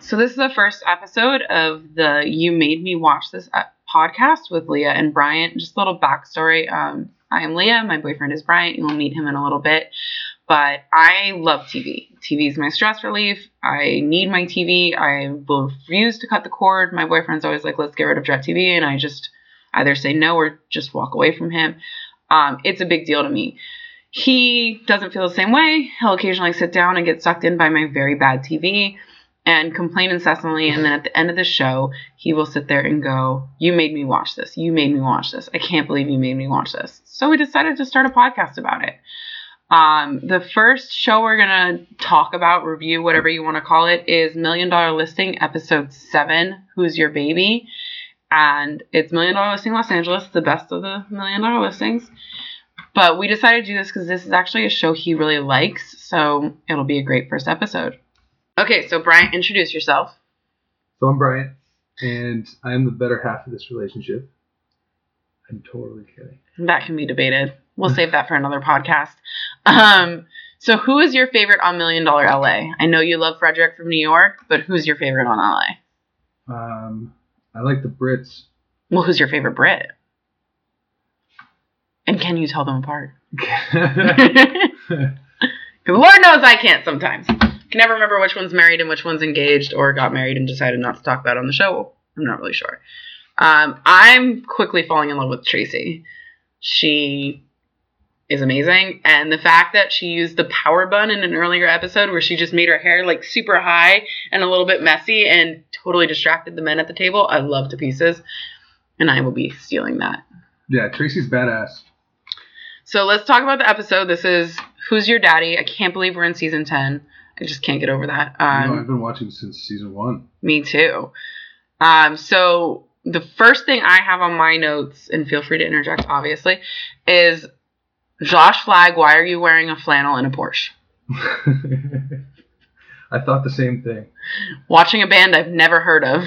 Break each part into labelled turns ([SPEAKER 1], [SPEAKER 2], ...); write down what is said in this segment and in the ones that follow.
[SPEAKER 1] So this is the first episode of the You Made Me Watch This uh, podcast with Leah and Bryant. Just a little backstory. Um, I am Leah. My boyfriend is Bryant. You'll meet him in a little bit. But I love TV. TV is my stress relief. I need my TV. I will refuse to cut the cord. My boyfriend's always like, let's get rid of Direct TV. And I just either say no or just walk away from him. Um, it's a big deal to me. He doesn't feel the same way. He'll occasionally sit down and get sucked in by my very bad TV and complain incessantly. And then at the end of the show, he will sit there and go, You made me watch this. You made me watch this. I can't believe you made me watch this. So we decided to start a podcast about it. Um, the first show we're going to talk about, review, whatever you want to call it, is Million Dollar Listing, Episode 7 Who's Your Baby? And it's Million Dollar Listing Los Angeles, the best of the Million Dollar Listings. But we decided to do this because this is actually a show he really likes. So it'll be a great first episode. Okay, so Brian, introduce yourself.
[SPEAKER 2] So I'm Brian, and I'm the better half of this relationship. I'm totally kidding.
[SPEAKER 1] That can be debated. We'll save that for another podcast. Um, so, who is your favorite on Million Dollar LA? I know you love Frederick from New York, but who's your favorite on LA?
[SPEAKER 2] Um, I like the Brits.
[SPEAKER 1] Well, who's your favorite Brit? And can you tell them apart? Because Lord knows I can't sometimes. Can never remember which one's married and which one's engaged or got married and decided not to talk about it on the show. I'm not really sure. Um, I'm quickly falling in love with Tracy. She is amazing. And the fact that she used the power bun in an earlier episode where she just made her hair like super high and a little bit messy and totally distracted the men at the table, I love to pieces. And I will be stealing that.
[SPEAKER 2] yeah, Tracy's badass.
[SPEAKER 1] So let's talk about the episode. This is Who's Your Daddy? I can't believe we're in season 10. I just can't get over that.
[SPEAKER 2] You
[SPEAKER 1] Um,
[SPEAKER 2] know, I've been watching since season one.
[SPEAKER 1] Me too. Um, so the first thing I have on my notes, and feel free to interject, obviously, is Josh Flagg. Why are you wearing a flannel in a Porsche?
[SPEAKER 2] I thought the same thing.
[SPEAKER 1] Watching a band I've never heard of.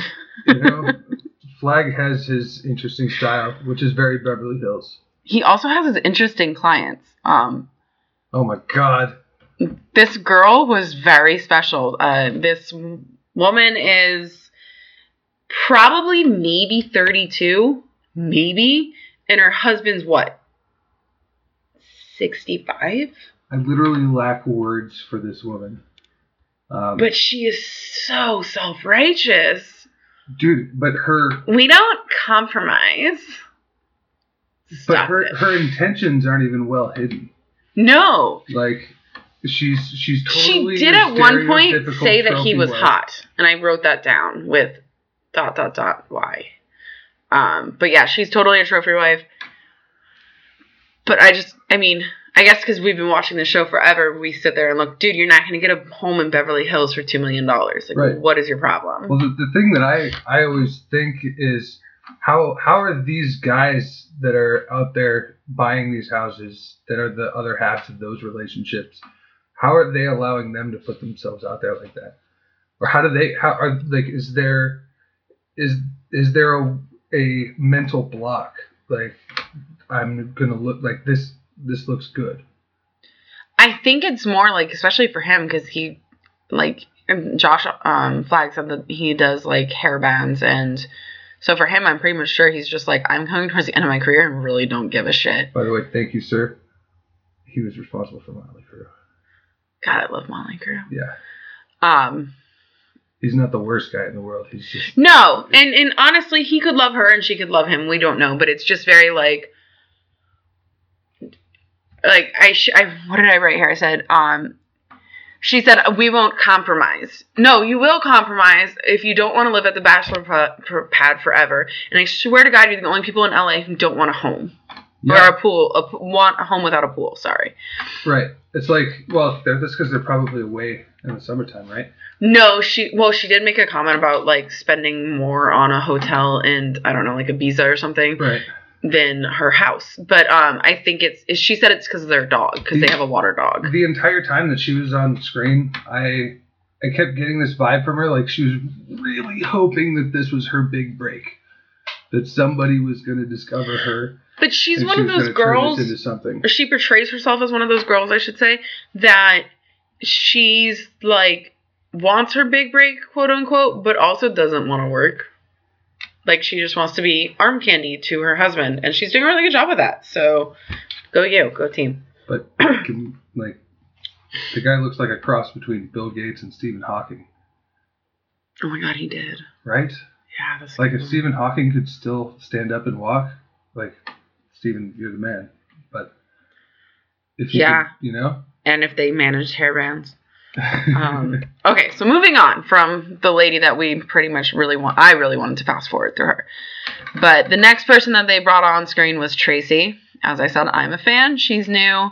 [SPEAKER 2] You know, Flag has his interesting style, which is very Beverly Hills.
[SPEAKER 1] He also has his interesting clients. Um,
[SPEAKER 2] Oh my God.
[SPEAKER 1] this girl was very special. Uh, this w- woman is probably maybe 32, maybe, and her husband's what? 65?
[SPEAKER 2] I literally lack words for this woman. Um,
[SPEAKER 1] But she is so self righteous.
[SPEAKER 2] dude, but her
[SPEAKER 1] We don't compromise.
[SPEAKER 2] but
[SPEAKER 1] Stop
[SPEAKER 2] her,
[SPEAKER 1] it.
[SPEAKER 2] her intentions aren't even well hidden.
[SPEAKER 1] no.
[SPEAKER 2] Like she's she's totally
[SPEAKER 1] she did
[SPEAKER 2] your
[SPEAKER 1] at one point
[SPEAKER 2] stereotypical
[SPEAKER 1] say that he
[SPEAKER 2] trophy
[SPEAKER 1] was
[SPEAKER 2] wife.
[SPEAKER 1] hot. And I wrote that down with dot dot dot why. Um, but yeah, she's totally a trophy wife. But I just I mean, I guess because we've been watching the show forever, we sit there and look, dude, you're not gonna get a home in Beverly Hills for two million dollars. Like
[SPEAKER 2] Right.
[SPEAKER 1] what is your problem?
[SPEAKER 2] Well, the, the thing that I I always think is how how are these guys that are out there buying these houses that are the other halves of those relationships? How are they allowing them to put themselves out there like that? Or how do they? How are like? Is there is is there a a mental block like I'm gonna look like this? This looks good.
[SPEAKER 1] I think it's more like, especially for him, because he, like, um, Josh um, Flagg said that he does like hair bands, and so for him, I'm pretty much sure he's just like, I'm coming towards the end of my career and really don't give a shit.
[SPEAKER 2] By the way, thank you, sir. He was responsible for Motley Crue.
[SPEAKER 1] God, I love Motley Crue.
[SPEAKER 2] Yeah,
[SPEAKER 1] Um,
[SPEAKER 2] he's not the worst guy in the world. He's just
[SPEAKER 1] no, and and honestly, he could love her and she could love him. We don't know, but it's just very like, like I, sh- I what did I write here? I said, um, she said we won't compromise. No, you will compromise if you don't want to live at the bachelor pa- pa- pad forever. And I swear to God, you're the only people in LA who don't want a home
[SPEAKER 2] yeah,
[SPEAKER 1] or a pool, a, p- want a home without a pool. Sorry.
[SPEAKER 2] right. It's like well, they're, that's because they're probably away in the summertime, right?
[SPEAKER 1] No, she well, she did make a comment about like spending more on a hotel and I don't know, like a visa or something.
[SPEAKER 2] Right.
[SPEAKER 1] than her house. But um, I think it's it- she said it's because of their dog because they have a water dog.
[SPEAKER 2] The entire time that she was on screen, I I kept getting this vibe from her, like she was really hoping that this was her big break, that somebody was going to discover her.
[SPEAKER 1] But she's
[SPEAKER 2] and
[SPEAKER 1] one
[SPEAKER 2] she
[SPEAKER 1] of
[SPEAKER 2] was
[SPEAKER 1] those
[SPEAKER 2] gonna turn this
[SPEAKER 1] girls.
[SPEAKER 2] into something.
[SPEAKER 1] Or she portrays herself as one of those girls, I should say, that she's like wants her big break, quote unquote, but also doesn't want to work. Like she just wants to be arm candy to her husband, and she's doing a really good job with that. So, go you, go team.
[SPEAKER 2] But can, like, the guy looks like a cross between Bill Gates and Stephen Hawking,
[SPEAKER 1] Oh my god, he did.
[SPEAKER 2] right?
[SPEAKER 1] Yeah, that's
[SPEAKER 2] Like
[SPEAKER 1] good
[SPEAKER 2] if
[SPEAKER 1] one.
[SPEAKER 2] Stephen Hawking could still stand up and walk, like Stephen, you're the man. But if he
[SPEAKER 1] Yeah.
[SPEAKER 2] could, you know,
[SPEAKER 1] and if they managed hairbands. Um, okay, so moving on from the lady that we pretty much really want, I really wanted to fast forward through her. But the next person that they brought on screen was Tracy. As I said, I'm a fan. She's new.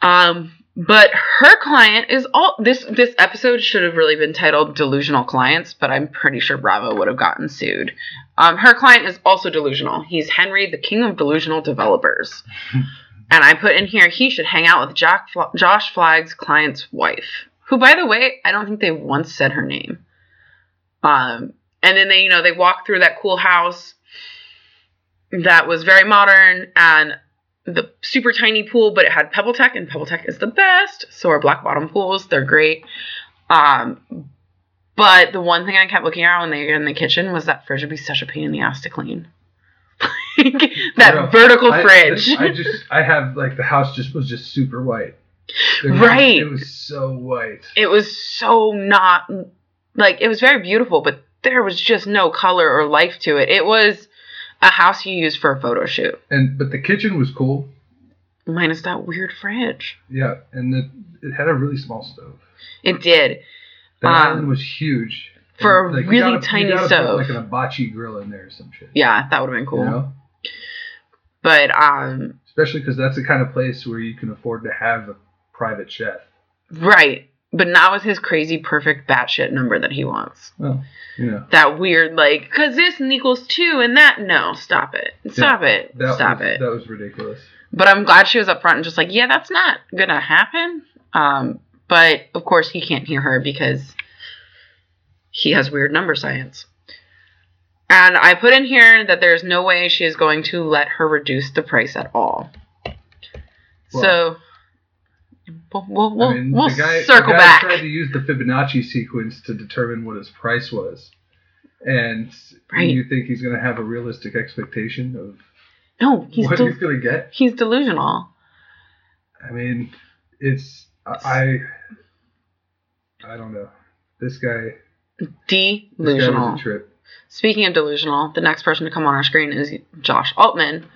[SPEAKER 1] Um, but her client is all this. This episode should have really been titled "Delusional Clients," but I'm pretty sure Bravo would have gotten sued. Um, her client is also delusional. He's Henry, the king of delusional developers. And I put in here he should hang out with Jack Fl- Josh Flagg's client's wife, who, by the way, I don't think they once said her name. Um, and then they, you know, they walk through that cool house that was very modern and the super tiny pool, but it had Pebble Tech, and Pebble Tech is the best. So are black bottom pools; they're great. Um, but the one thing I kept looking at when they were in the kitchen was that fridge would be such a pain in the ass to clean. that
[SPEAKER 2] Bro,
[SPEAKER 1] vertical
[SPEAKER 2] Oh, I-
[SPEAKER 1] fridge.
[SPEAKER 2] I just, I have like the house just was just super white. There was-
[SPEAKER 1] Right.
[SPEAKER 2] It was so white.
[SPEAKER 1] it was so not like it was very beautiful, but there was just no color or life to it. It was a house you used for a photo shoot,
[SPEAKER 2] And but the kitchen was cool.
[SPEAKER 1] minus that weird fridge.
[SPEAKER 2] Yeah, and the, it had a really small stove.
[SPEAKER 1] It did.
[SPEAKER 2] The
[SPEAKER 1] Um,
[SPEAKER 2] island was huge.
[SPEAKER 1] for
[SPEAKER 2] And,
[SPEAKER 1] a
[SPEAKER 2] you
[SPEAKER 1] really
[SPEAKER 2] gotta- you
[SPEAKER 1] tiny
[SPEAKER 2] gotta put,
[SPEAKER 1] stove.
[SPEAKER 2] like an hibachi grill in there or some shit.
[SPEAKER 1] Yeah, that would have been cool.
[SPEAKER 2] You know?
[SPEAKER 1] But um,
[SPEAKER 2] Especially because that's the kind of place where you can afford to have a private chef.
[SPEAKER 1] right. But not with his crazy perfect batshit number that he wants.
[SPEAKER 2] Well, you know.
[SPEAKER 1] That weird like, cause this equals two and that. No, stop it, stop it,
[SPEAKER 2] That
[SPEAKER 1] stop
[SPEAKER 2] was,
[SPEAKER 1] it.
[SPEAKER 2] That was ridiculous.
[SPEAKER 1] but I'm glad she was upfront and just like, yeah, that's not gonna happen. Um, but of course he can't hear her because he has weird number science. And I put in here that there's no way she is going to let her reduce the price at all. so we'll we'll, we'll,
[SPEAKER 2] I mean,
[SPEAKER 1] we'll
[SPEAKER 2] the guy, the
[SPEAKER 1] circle
[SPEAKER 2] guy
[SPEAKER 1] back.
[SPEAKER 2] tried to use the Fibonacci sequence to determine what his price was. And
[SPEAKER 1] Right.
[SPEAKER 2] you think he's going to have a realistic expectation of
[SPEAKER 1] no, he's
[SPEAKER 2] what
[SPEAKER 1] del-
[SPEAKER 2] he's going to get?
[SPEAKER 1] he's delusional.
[SPEAKER 2] I mean, it's I, I I don't know. This guy, this guy
[SPEAKER 1] Delusional.
[SPEAKER 2] was a trip.
[SPEAKER 1] Speaking of delusional, the next person to come on our screen is Josh Altman.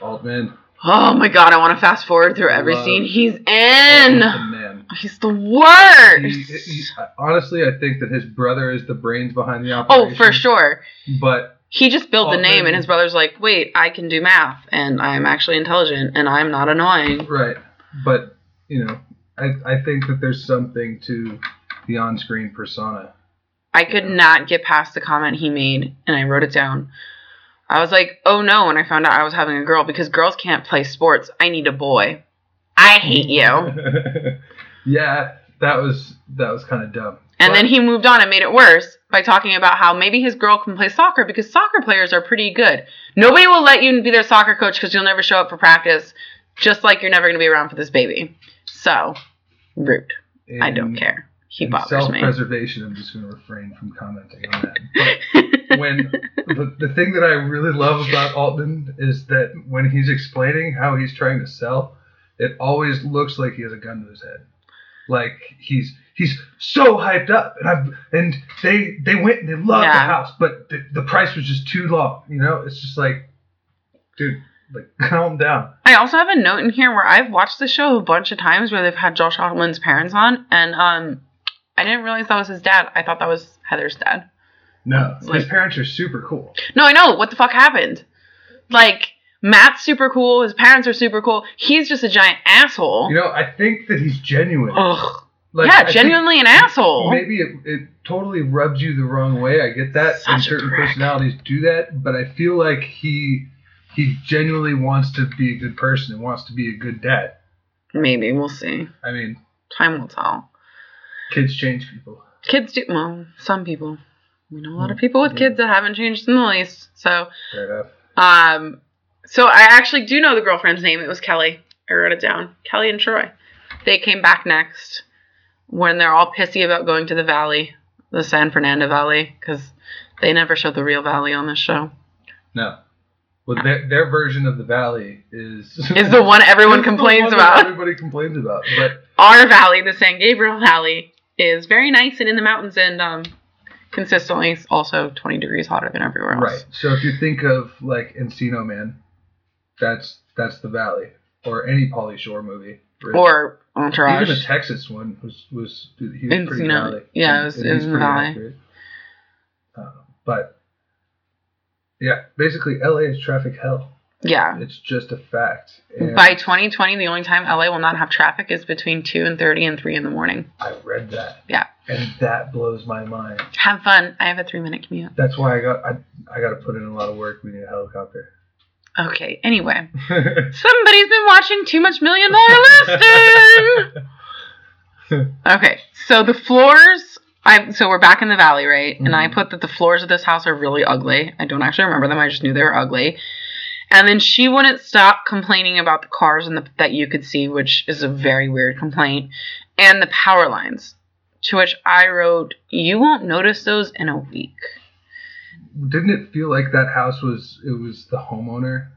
[SPEAKER 2] Altman,
[SPEAKER 1] Oh my god, I want to fast forward through every
[SPEAKER 2] Love
[SPEAKER 1] scene he's
[SPEAKER 2] Altman's
[SPEAKER 1] in.
[SPEAKER 2] the man.
[SPEAKER 1] He's the worst.
[SPEAKER 2] He- he- honestly, I think that his brother is the brains behind the operation.
[SPEAKER 1] oh, for sure.
[SPEAKER 2] But
[SPEAKER 1] He just built the
[SPEAKER 2] Altman-
[SPEAKER 1] name, and his brother's like, "Wait, I can do math, and I'm actually intelligent, and I'm not annoying."
[SPEAKER 2] right, but you know, I I think that there's something to the on-screen persona.
[SPEAKER 1] I could
[SPEAKER 2] Yeah.
[SPEAKER 1] not get past the comment he made, and I wrote it down. I was like, "Oh no!" When I found out I was having a girl, because girls can't play sports. I need a boy. I hate you.
[SPEAKER 2] yeah, that was that was kind of dumb.
[SPEAKER 1] And then
[SPEAKER 2] But-
[SPEAKER 1] he moved on and made it worse by talking about how maybe his girl can play soccer because soccer players are pretty good. Nobody will let you be their soccer coach because you'll never show up for practice, just like you're never going to be around for this baby. So, rude. I don't
[SPEAKER 2] in-
[SPEAKER 1] care. He
[SPEAKER 2] in
[SPEAKER 1] bothers me.
[SPEAKER 2] self-preservation, I'm just going to refrain from commenting on that. But when the, the thing that I really love about Altman is that when he's explaining how he's trying to sell, it always looks like he has a gun to his head. Like he's he's so hyped up, and I and they they went and they loved the
[SPEAKER 1] Yeah.
[SPEAKER 2] house, but the, the price was just too long. You know, it's just like, dude, like calm down.
[SPEAKER 1] I also have a note in here where I've watched the show a bunch of times where they've had Josh Altman's parents on, and um, I didn't realize that was his dad. I thought that was Heather's dad.
[SPEAKER 2] No, his
[SPEAKER 1] Like-
[SPEAKER 2] parents are super cool.
[SPEAKER 1] No, I know. What the fuck happened? Like, Matt's super cool. His parents are super cool. He's just a giant asshole.
[SPEAKER 2] You know, I think that he's genuine.
[SPEAKER 1] Ugh.
[SPEAKER 2] Like,
[SPEAKER 1] Oh, yeah,
[SPEAKER 2] I think-
[SPEAKER 1] genuinely an asshole.
[SPEAKER 2] Maybe it, it totally rubs you the wrong way. I get that,
[SPEAKER 1] Such a
[SPEAKER 2] and certain
[SPEAKER 1] prick.
[SPEAKER 2] personalities do that. But I feel like he he genuinely wants to be a good person and wants to be a good dad.
[SPEAKER 1] Maybe we'll see.
[SPEAKER 2] I mean,
[SPEAKER 1] Time will tell.
[SPEAKER 2] kids change people.
[SPEAKER 1] Kids do. Well, some people. We know a lot of
[SPEAKER 2] Mm,
[SPEAKER 1] people with
[SPEAKER 2] yeah.
[SPEAKER 1] kids that haven't changed in the least. So,
[SPEAKER 2] Fair enough.
[SPEAKER 1] um, so I actually do know the girlfriend's name. It was Kelly. I wrote it down. Kelly and Troy. They came back next. when they're all pissy about going to the valley, the San Fernando Valley, because they never show the real valley on this show.
[SPEAKER 2] No. Well, their, their version of the valley is
[SPEAKER 1] Is the one everyone
[SPEAKER 2] It's the
[SPEAKER 1] complains
[SPEAKER 2] one that
[SPEAKER 1] about.
[SPEAKER 2] Everybody complains about, but
[SPEAKER 1] Our valley, the San Gabriel Valley, is very nice and in the mountains and um, consistently it's also 20 degrees hotter than everywhere else.
[SPEAKER 2] right. So if you think of like Encino Man, that's that's the valley, or any Polly Shore movie, really.
[SPEAKER 1] Or
[SPEAKER 2] even
[SPEAKER 1] entourage.
[SPEAKER 2] the Texas one was was he was pretty
[SPEAKER 1] Encino-
[SPEAKER 2] valley.
[SPEAKER 1] yeah, it was-
[SPEAKER 2] And
[SPEAKER 1] it
[SPEAKER 2] he's
[SPEAKER 1] was in the
[SPEAKER 2] pretty
[SPEAKER 1] valley.
[SPEAKER 2] accurate. Uh, but yeah, basically, LA is traffic hell.
[SPEAKER 1] yeah.
[SPEAKER 2] It's just a fact. And
[SPEAKER 1] By 2020, the only time LA will not have traffic is between 2 and 30 and 3 in the morning.
[SPEAKER 2] I read that.
[SPEAKER 1] Yeah.
[SPEAKER 2] And that blows my mind.
[SPEAKER 1] Have fun. I have a three minute commute.
[SPEAKER 2] That's why I got I, I got to put in a lot of work. We need a helicopter.
[SPEAKER 1] Okay, anyway. Somebody's been watching too much Million Dollar Listing! Okay, so the floors. I so we're back in the valley, right? And I
[SPEAKER 2] Mhm.
[SPEAKER 1] put that the floors of this house are really ugly. I don't actually remember them. I just knew they were ugly. And then she wouldn't stop complaining about the cars and the, that you could see, which is a very weird complaint, and the power lines. To which I wrote, "You won't notice those in a week."
[SPEAKER 2] Didn't it feel like that house was it was the homeowner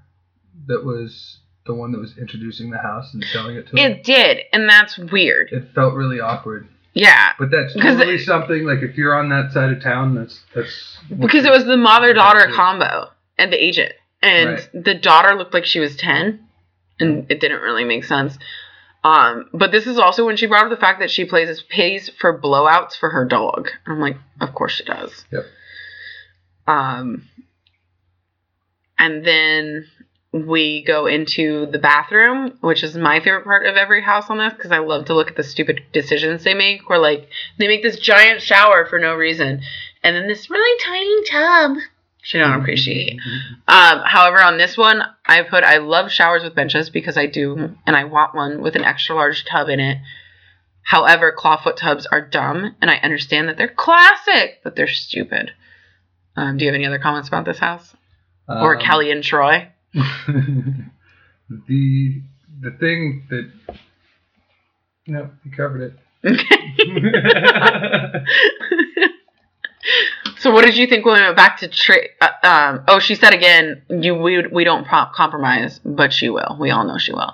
[SPEAKER 2] that was the one that was introducing the house and selling it to him?
[SPEAKER 1] It did, and that's weird.
[SPEAKER 2] It felt really awkward.
[SPEAKER 1] Yeah,
[SPEAKER 2] But that's
[SPEAKER 1] 'Cause
[SPEAKER 2] totally
[SPEAKER 1] it-
[SPEAKER 2] something like if you're on that side of town, that's that's what
[SPEAKER 1] because it
[SPEAKER 2] you-
[SPEAKER 1] was the mother daughter
[SPEAKER 2] Right.
[SPEAKER 1] combo and the agent and
[SPEAKER 2] Right.
[SPEAKER 1] the daughter looked like she was 10 and it didn't really make sense um, but this is also when she brought up the fact that she plays pays for blowouts for her dog i'm like of course she does
[SPEAKER 2] Yep.
[SPEAKER 1] um, and then we go into the bathroom, which is my favorite part of every house on this because I love to look at the stupid decisions they make. Where like they make this giant shower for no reason, and then this really tiny tub. Which I don't appreciate. Um, however, on this one, I put I love showers with benches because I do, and I want one with an extra large tub in it. However, clawfoot tubs are dumb, and I understand that they're classic, but they're stupid. Um, do you have any other comments about this house or
[SPEAKER 2] Um,
[SPEAKER 1] Kelly and Troy?
[SPEAKER 2] the the thing that no, you covered it.
[SPEAKER 1] so what did you think when we went back to Tri- uh, um oh she said again you we, we don't prom- compromise but she will we all know she will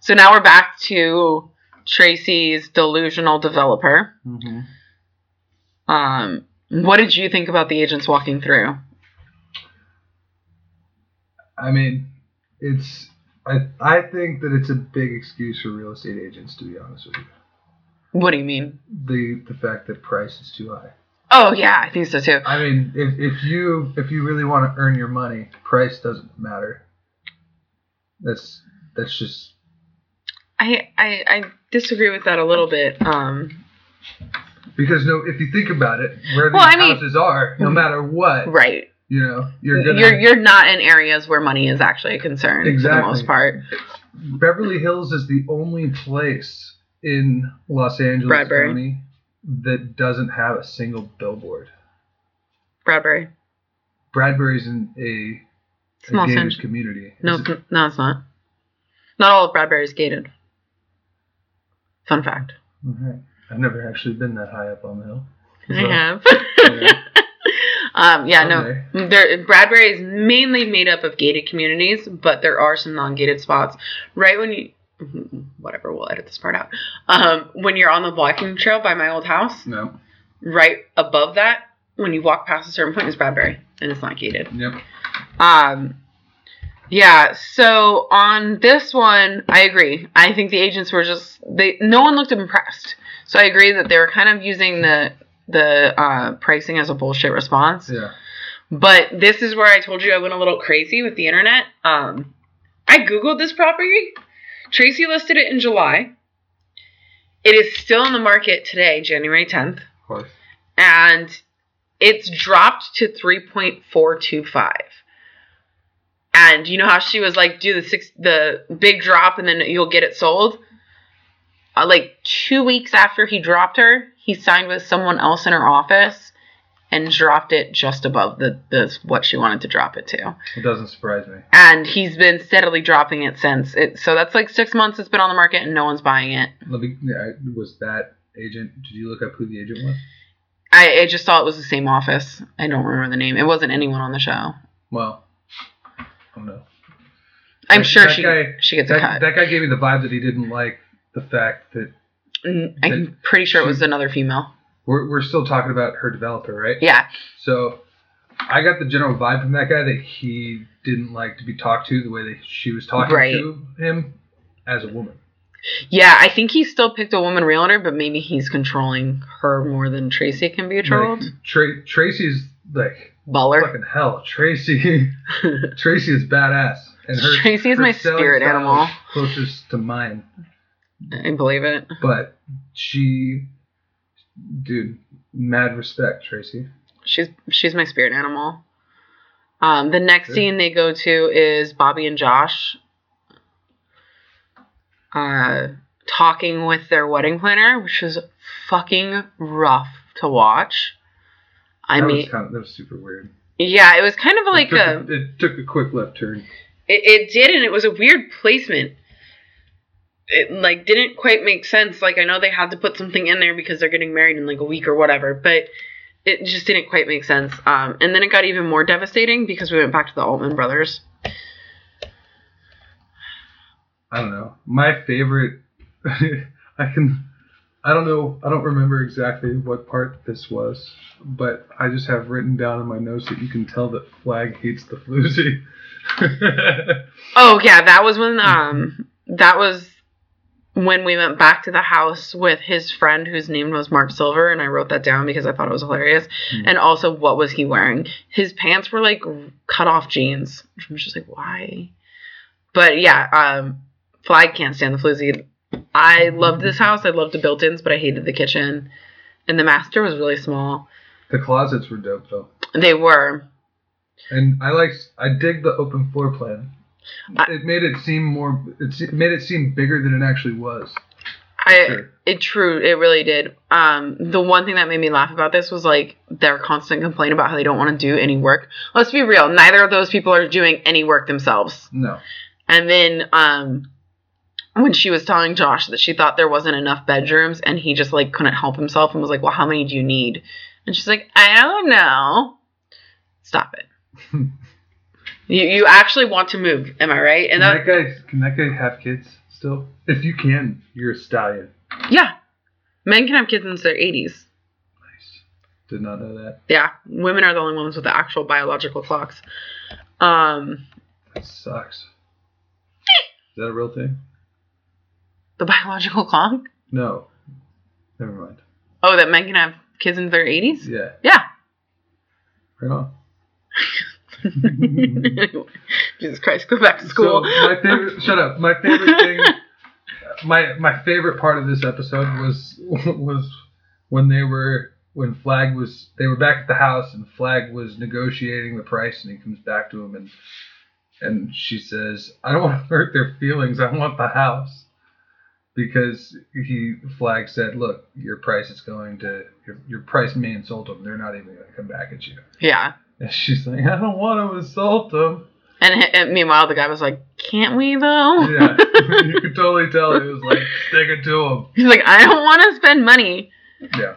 [SPEAKER 1] so now we're back to tracy's delusional developer
[SPEAKER 2] Mhm.
[SPEAKER 1] um what did you think about the agents walking through
[SPEAKER 2] I mean, it's I I think that it's a big excuse for real estate agents to be honest with you.
[SPEAKER 1] what do you mean
[SPEAKER 2] The the fact that price is too high.
[SPEAKER 1] oh yeah i think so too
[SPEAKER 2] I mean, if, if you if you really want to earn your money, price doesn't matter. That's that's just
[SPEAKER 1] i i, I disagree with that a little bit um
[SPEAKER 2] because no, if you think about it, where these
[SPEAKER 1] Well, I mean-
[SPEAKER 2] houses are, no matter what,
[SPEAKER 1] right
[SPEAKER 2] you know, you're
[SPEAKER 1] you're
[SPEAKER 2] gonna
[SPEAKER 1] you're, not in areas where money is actually a concern for
[SPEAKER 2] Exactly.
[SPEAKER 1] the most part
[SPEAKER 2] Beverly Hills is the only place in Los Angeles
[SPEAKER 1] Bradbury.
[SPEAKER 2] County that doesn't have a single billboard.
[SPEAKER 1] bradbury
[SPEAKER 2] Bradbury's in a, a
[SPEAKER 1] Small
[SPEAKER 2] gated
[SPEAKER 1] century.
[SPEAKER 2] community.
[SPEAKER 1] No,
[SPEAKER 2] Is
[SPEAKER 1] it's,
[SPEAKER 2] it-
[SPEAKER 1] n- no, it's not. Not all of Bradbury is gated. Fun fact.
[SPEAKER 2] Alright. I've never actually been that high up on the hill.
[SPEAKER 1] I
[SPEAKER 2] So-
[SPEAKER 1] have.
[SPEAKER 2] Yeah.
[SPEAKER 1] um, yeah,
[SPEAKER 2] Okay.
[SPEAKER 1] no. There, Bradbury is mainly made up of gated communities, but there are some non-gated spots. Right when you, whatever, we'll edit this part out. Um, when you're on the walking trail by my old house,
[SPEAKER 2] No.
[SPEAKER 1] right above that, when you walk past a certain point, is Bradbury, and it's not gated.
[SPEAKER 2] Yep.
[SPEAKER 1] Um, yeah. So on this one, I agree. I think the agents were just they. No one looked impressed. So I agree that they were kind of using the the uh, pricing as a bullshit response.
[SPEAKER 2] Yeah.
[SPEAKER 1] But this is where I told you I went a little crazy with the internet. Um, I googled this property. Tracy listed it in July. It is still in the market today, January tenth,
[SPEAKER 2] Of course.
[SPEAKER 1] and it's dropped to 3.425 and you know how she was like do the six the big drop and then you'll get it sold uh, like two weeks after he dropped her he signed with someone else in her office and dropped it just above the, the what she wanted to drop it to
[SPEAKER 2] It doesn't surprise me.
[SPEAKER 1] and he's been steadily dropping it since it so that's like six months it's been on the market and no one's buying it
[SPEAKER 2] Let me. Yeah, it was that agent? Did you look up who the agent was?
[SPEAKER 1] I, I just saw it was the same office. I don't remember the name. It wasn't anyone on the show.
[SPEAKER 2] Well, I don't know.
[SPEAKER 1] I'm
[SPEAKER 2] That-
[SPEAKER 1] sure
[SPEAKER 2] that
[SPEAKER 1] she
[SPEAKER 2] guy-
[SPEAKER 1] she gets a
[SPEAKER 2] That,
[SPEAKER 1] cut.
[SPEAKER 2] that guy gave me the vibe that he didn't like the fact that
[SPEAKER 1] Mm, I'm
[SPEAKER 2] that-
[SPEAKER 1] pretty sure it was
[SPEAKER 2] she-
[SPEAKER 1] another female.
[SPEAKER 2] we're, we're still talking about her developer, right?
[SPEAKER 1] Yeah,
[SPEAKER 2] So I got the general vibe from that guy that he didn't like to be talked to the way that she was talking
[SPEAKER 1] Right.
[SPEAKER 2] to him as a woman.
[SPEAKER 1] yeah. I think he still picked a woman realtor, but maybe he's controlling her more than Tracy can be controlled.
[SPEAKER 2] Like, Tra- Tracy's like
[SPEAKER 1] Baller.
[SPEAKER 2] fucking hell. Tracy, Tracy is badass, and her
[SPEAKER 1] Tracy is
[SPEAKER 2] her
[SPEAKER 1] my
[SPEAKER 2] selling
[SPEAKER 1] spirit
[SPEAKER 2] style
[SPEAKER 1] animal.
[SPEAKER 2] is closest to mine.
[SPEAKER 1] I believe it.
[SPEAKER 2] But she, dude, mad respect, Tracy.
[SPEAKER 1] She's she's my spirit animal. Um, the next
[SPEAKER 2] Good.
[SPEAKER 1] scene they go to is Bobby and Josh uh, talking with their wedding planner, which is fucking rough to watch. I
[SPEAKER 2] that
[SPEAKER 1] mean,
[SPEAKER 2] was kind of, that was super weird.
[SPEAKER 1] yeah, it was kind of like
[SPEAKER 2] it took,
[SPEAKER 1] a.
[SPEAKER 2] it took a quick left turn.
[SPEAKER 1] It, it did, and it was a weird placement. It like didn't quite make sense. Like I know they had to put something in there because they're getting married in like a week or whatever, but it just didn't quite make sense. Um, and then it got even more devastating because we went back to the Altman brothers.
[SPEAKER 2] I don't know. My favorite. I can. I don't know. I don't remember exactly what part this was, but I just have written down in my notes that you can tell that Flag hates the floozy.
[SPEAKER 1] Oh yeah, that was when um that was when we went back to the house with his friend whose name was Mark Silver and I wrote that down because I thought it was hilarious.
[SPEAKER 2] Hmm.
[SPEAKER 1] And also what was he wearing? His pants were like cut off jeans. Which I'm just like, why? But yeah, um Flag can't stand the floozy. I loved this house. I loved the built-ins, but I hated the kitchen. And the master was really small.
[SPEAKER 2] the closets were dope though,
[SPEAKER 1] They were.
[SPEAKER 2] and I liked. I dig the open floor plan.
[SPEAKER 1] I-
[SPEAKER 2] it made it seem more. It se- made it seem bigger than it actually was.
[SPEAKER 1] I
[SPEAKER 2] Sure.
[SPEAKER 1] it true it really did. Um, the one thing that made me laugh about this was like their constant complaint about how they don't want to do any work. Let's be real, neither of those people are doing any work themselves.
[SPEAKER 2] No,
[SPEAKER 1] And then um, when she was telling Josh that she thought there wasn't enough bedrooms, and he just like couldn't help himself and was like, "Well, how many do you need?" And she's like, "I don't know." Stop it. you you actually want to move? Am I right? And
[SPEAKER 2] can that
[SPEAKER 1] that,
[SPEAKER 2] guy can that guy have kids still? If you can, you're a stallion.
[SPEAKER 1] yeah, men can have kids since their eighties.
[SPEAKER 2] Nice. Did not know that.
[SPEAKER 1] yeah, women are the only ones with the actual biological clocks. Um,
[SPEAKER 2] That sucks. Is that a real thing?
[SPEAKER 1] the biological clock?
[SPEAKER 2] No. Never mind.
[SPEAKER 1] Oh, that men can have kids in their 80s?
[SPEAKER 2] Yeah.
[SPEAKER 1] Yeah.
[SPEAKER 2] Right on.
[SPEAKER 1] Jesus Christ, go back to
[SPEAKER 2] So
[SPEAKER 1] school.
[SPEAKER 2] my favorite. shut up. My favorite thing. My my favorite part of this episode was was when they were when Flag was they were back at the house and Flag was negotiating the price and he comes back to him and and she says I don't want to hurt their feelings I want the house because he Flag said look your price is going to your, your price may insult them they're not even going to come back at you
[SPEAKER 1] yeah.
[SPEAKER 2] and she's like I don't want to insult them
[SPEAKER 1] And, h- and meanwhile, the guy was like, can't we though?
[SPEAKER 2] yeah, you could totally tell it was like stick it to
[SPEAKER 1] He's like, I don't want to spend money.
[SPEAKER 2] him. Yeah,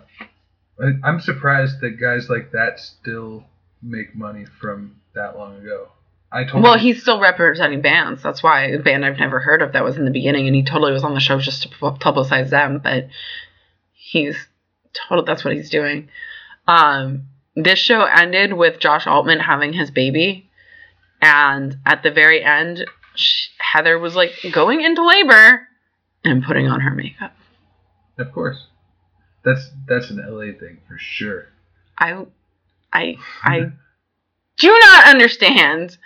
[SPEAKER 2] I, I'm surprised that guys like that still make money from that long ago. I told
[SPEAKER 1] Well,
[SPEAKER 2] him-
[SPEAKER 1] he's still representing bands. That's why a band I've never heard of that was in the beginning, and he totally was on the show just to pu- publicize them. But he's total. That's what he's doing. Um, this show ended with Josh Altman having his baby, and at the very end, sh Heather was like going into labor and putting on her makeup.
[SPEAKER 2] of course, that's that's an LA thing for sure.
[SPEAKER 1] I, I, I do not understand.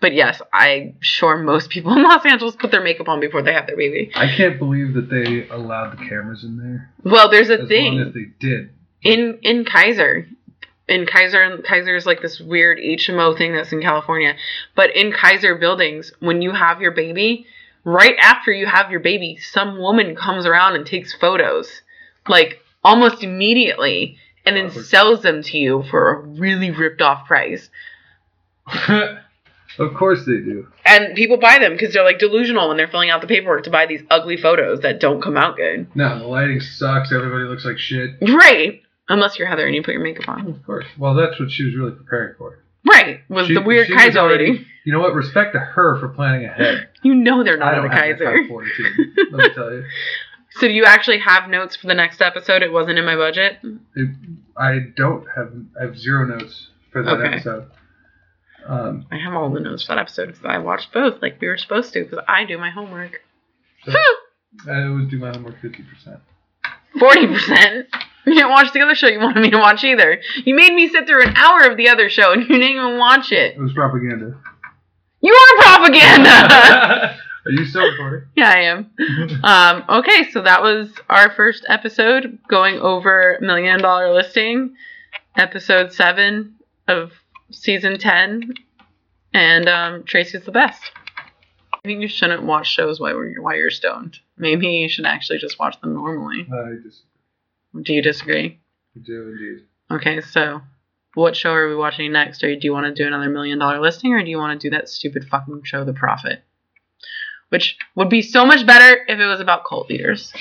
[SPEAKER 1] But yes, I'm sure most people in Los Angeles put their makeup on before they have their baby.
[SPEAKER 2] I can't believe that they allowed the cameras in there.
[SPEAKER 1] Well, there's a
[SPEAKER 2] as
[SPEAKER 1] thing
[SPEAKER 2] long as they did,
[SPEAKER 1] in in Kaiser. In Kaiser, Kaiser is like this weird HMO thing that's in California. But in Kaiser buildings, when you have your baby, right after you have your baby, some woman comes around and takes photos, like almost immediately, and then
[SPEAKER 2] Awkward.
[SPEAKER 1] sells them to you for a really ripped off price.
[SPEAKER 2] Of course they do.
[SPEAKER 1] And people buy them because they're like delusional when they're filling out the paperwork to buy these ugly photos that don't come out good.
[SPEAKER 2] No, the lighting sucks. Everybody looks like shit.
[SPEAKER 1] Right. Unless you're Heather and you put your makeup on.
[SPEAKER 2] Of course. Well, that's what she was really preparing for.
[SPEAKER 1] Right. Was
[SPEAKER 2] She-
[SPEAKER 1] the weird
[SPEAKER 2] she was
[SPEAKER 1] Kaiser
[SPEAKER 2] already-
[SPEAKER 1] lady.
[SPEAKER 2] You know what? Respect to her for planning ahead.
[SPEAKER 1] You know they're not
[SPEAKER 2] I don't
[SPEAKER 1] the
[SPEAKER 2] have that
[SPEAKER 1] Kaiser.
[SPEAKER 2] kind of fortitude. Let me tell you,
[SPEAKER 1] So do you actually have notes for the next episode? It wasn't in my budget.
[SPEAKER 2] It- I don't have. I have zero notes for that
[SPEAKER 1] Okay.
[SPEAKER 2] episode. Um,
[SPEAKER 1] I have all the notes for that episode because I watched both like we were supposed to because I do my homework.
[SPEAKER 2] so I always do my homework fifty percent.
[SPEAKER 1] Forty percent. You didn't watch the other show you wanted me to watch either. You made me sit through an hour of the other show and you didn't even watch it.
[SPEAKER 2] It was propaganda.
[SPEAKER 1] You are propaganda.
[SPEAKER 2] Are you still recording?
[SPEAKER 1] yeah, I am. Um, okay, so that was our first episode going over Million Dollar Listing, episode seven of season 10. And um, Tracy's the best. I think you shouldn't watch shows while you're, while you're stoned. Maybe you should actually just watch them normally.
[SPEAKER 2] I just
[SPEAKER 1] Do you disagree?
[SPEAKER 2] I do indeed.
[SPEAKER 1] Okay, so what show are we watching next? Or do you want to do another Million Dollar Listing or do you want to do that stupid fucking show, The Prophet? Which would be so much better if it was about cult leaders.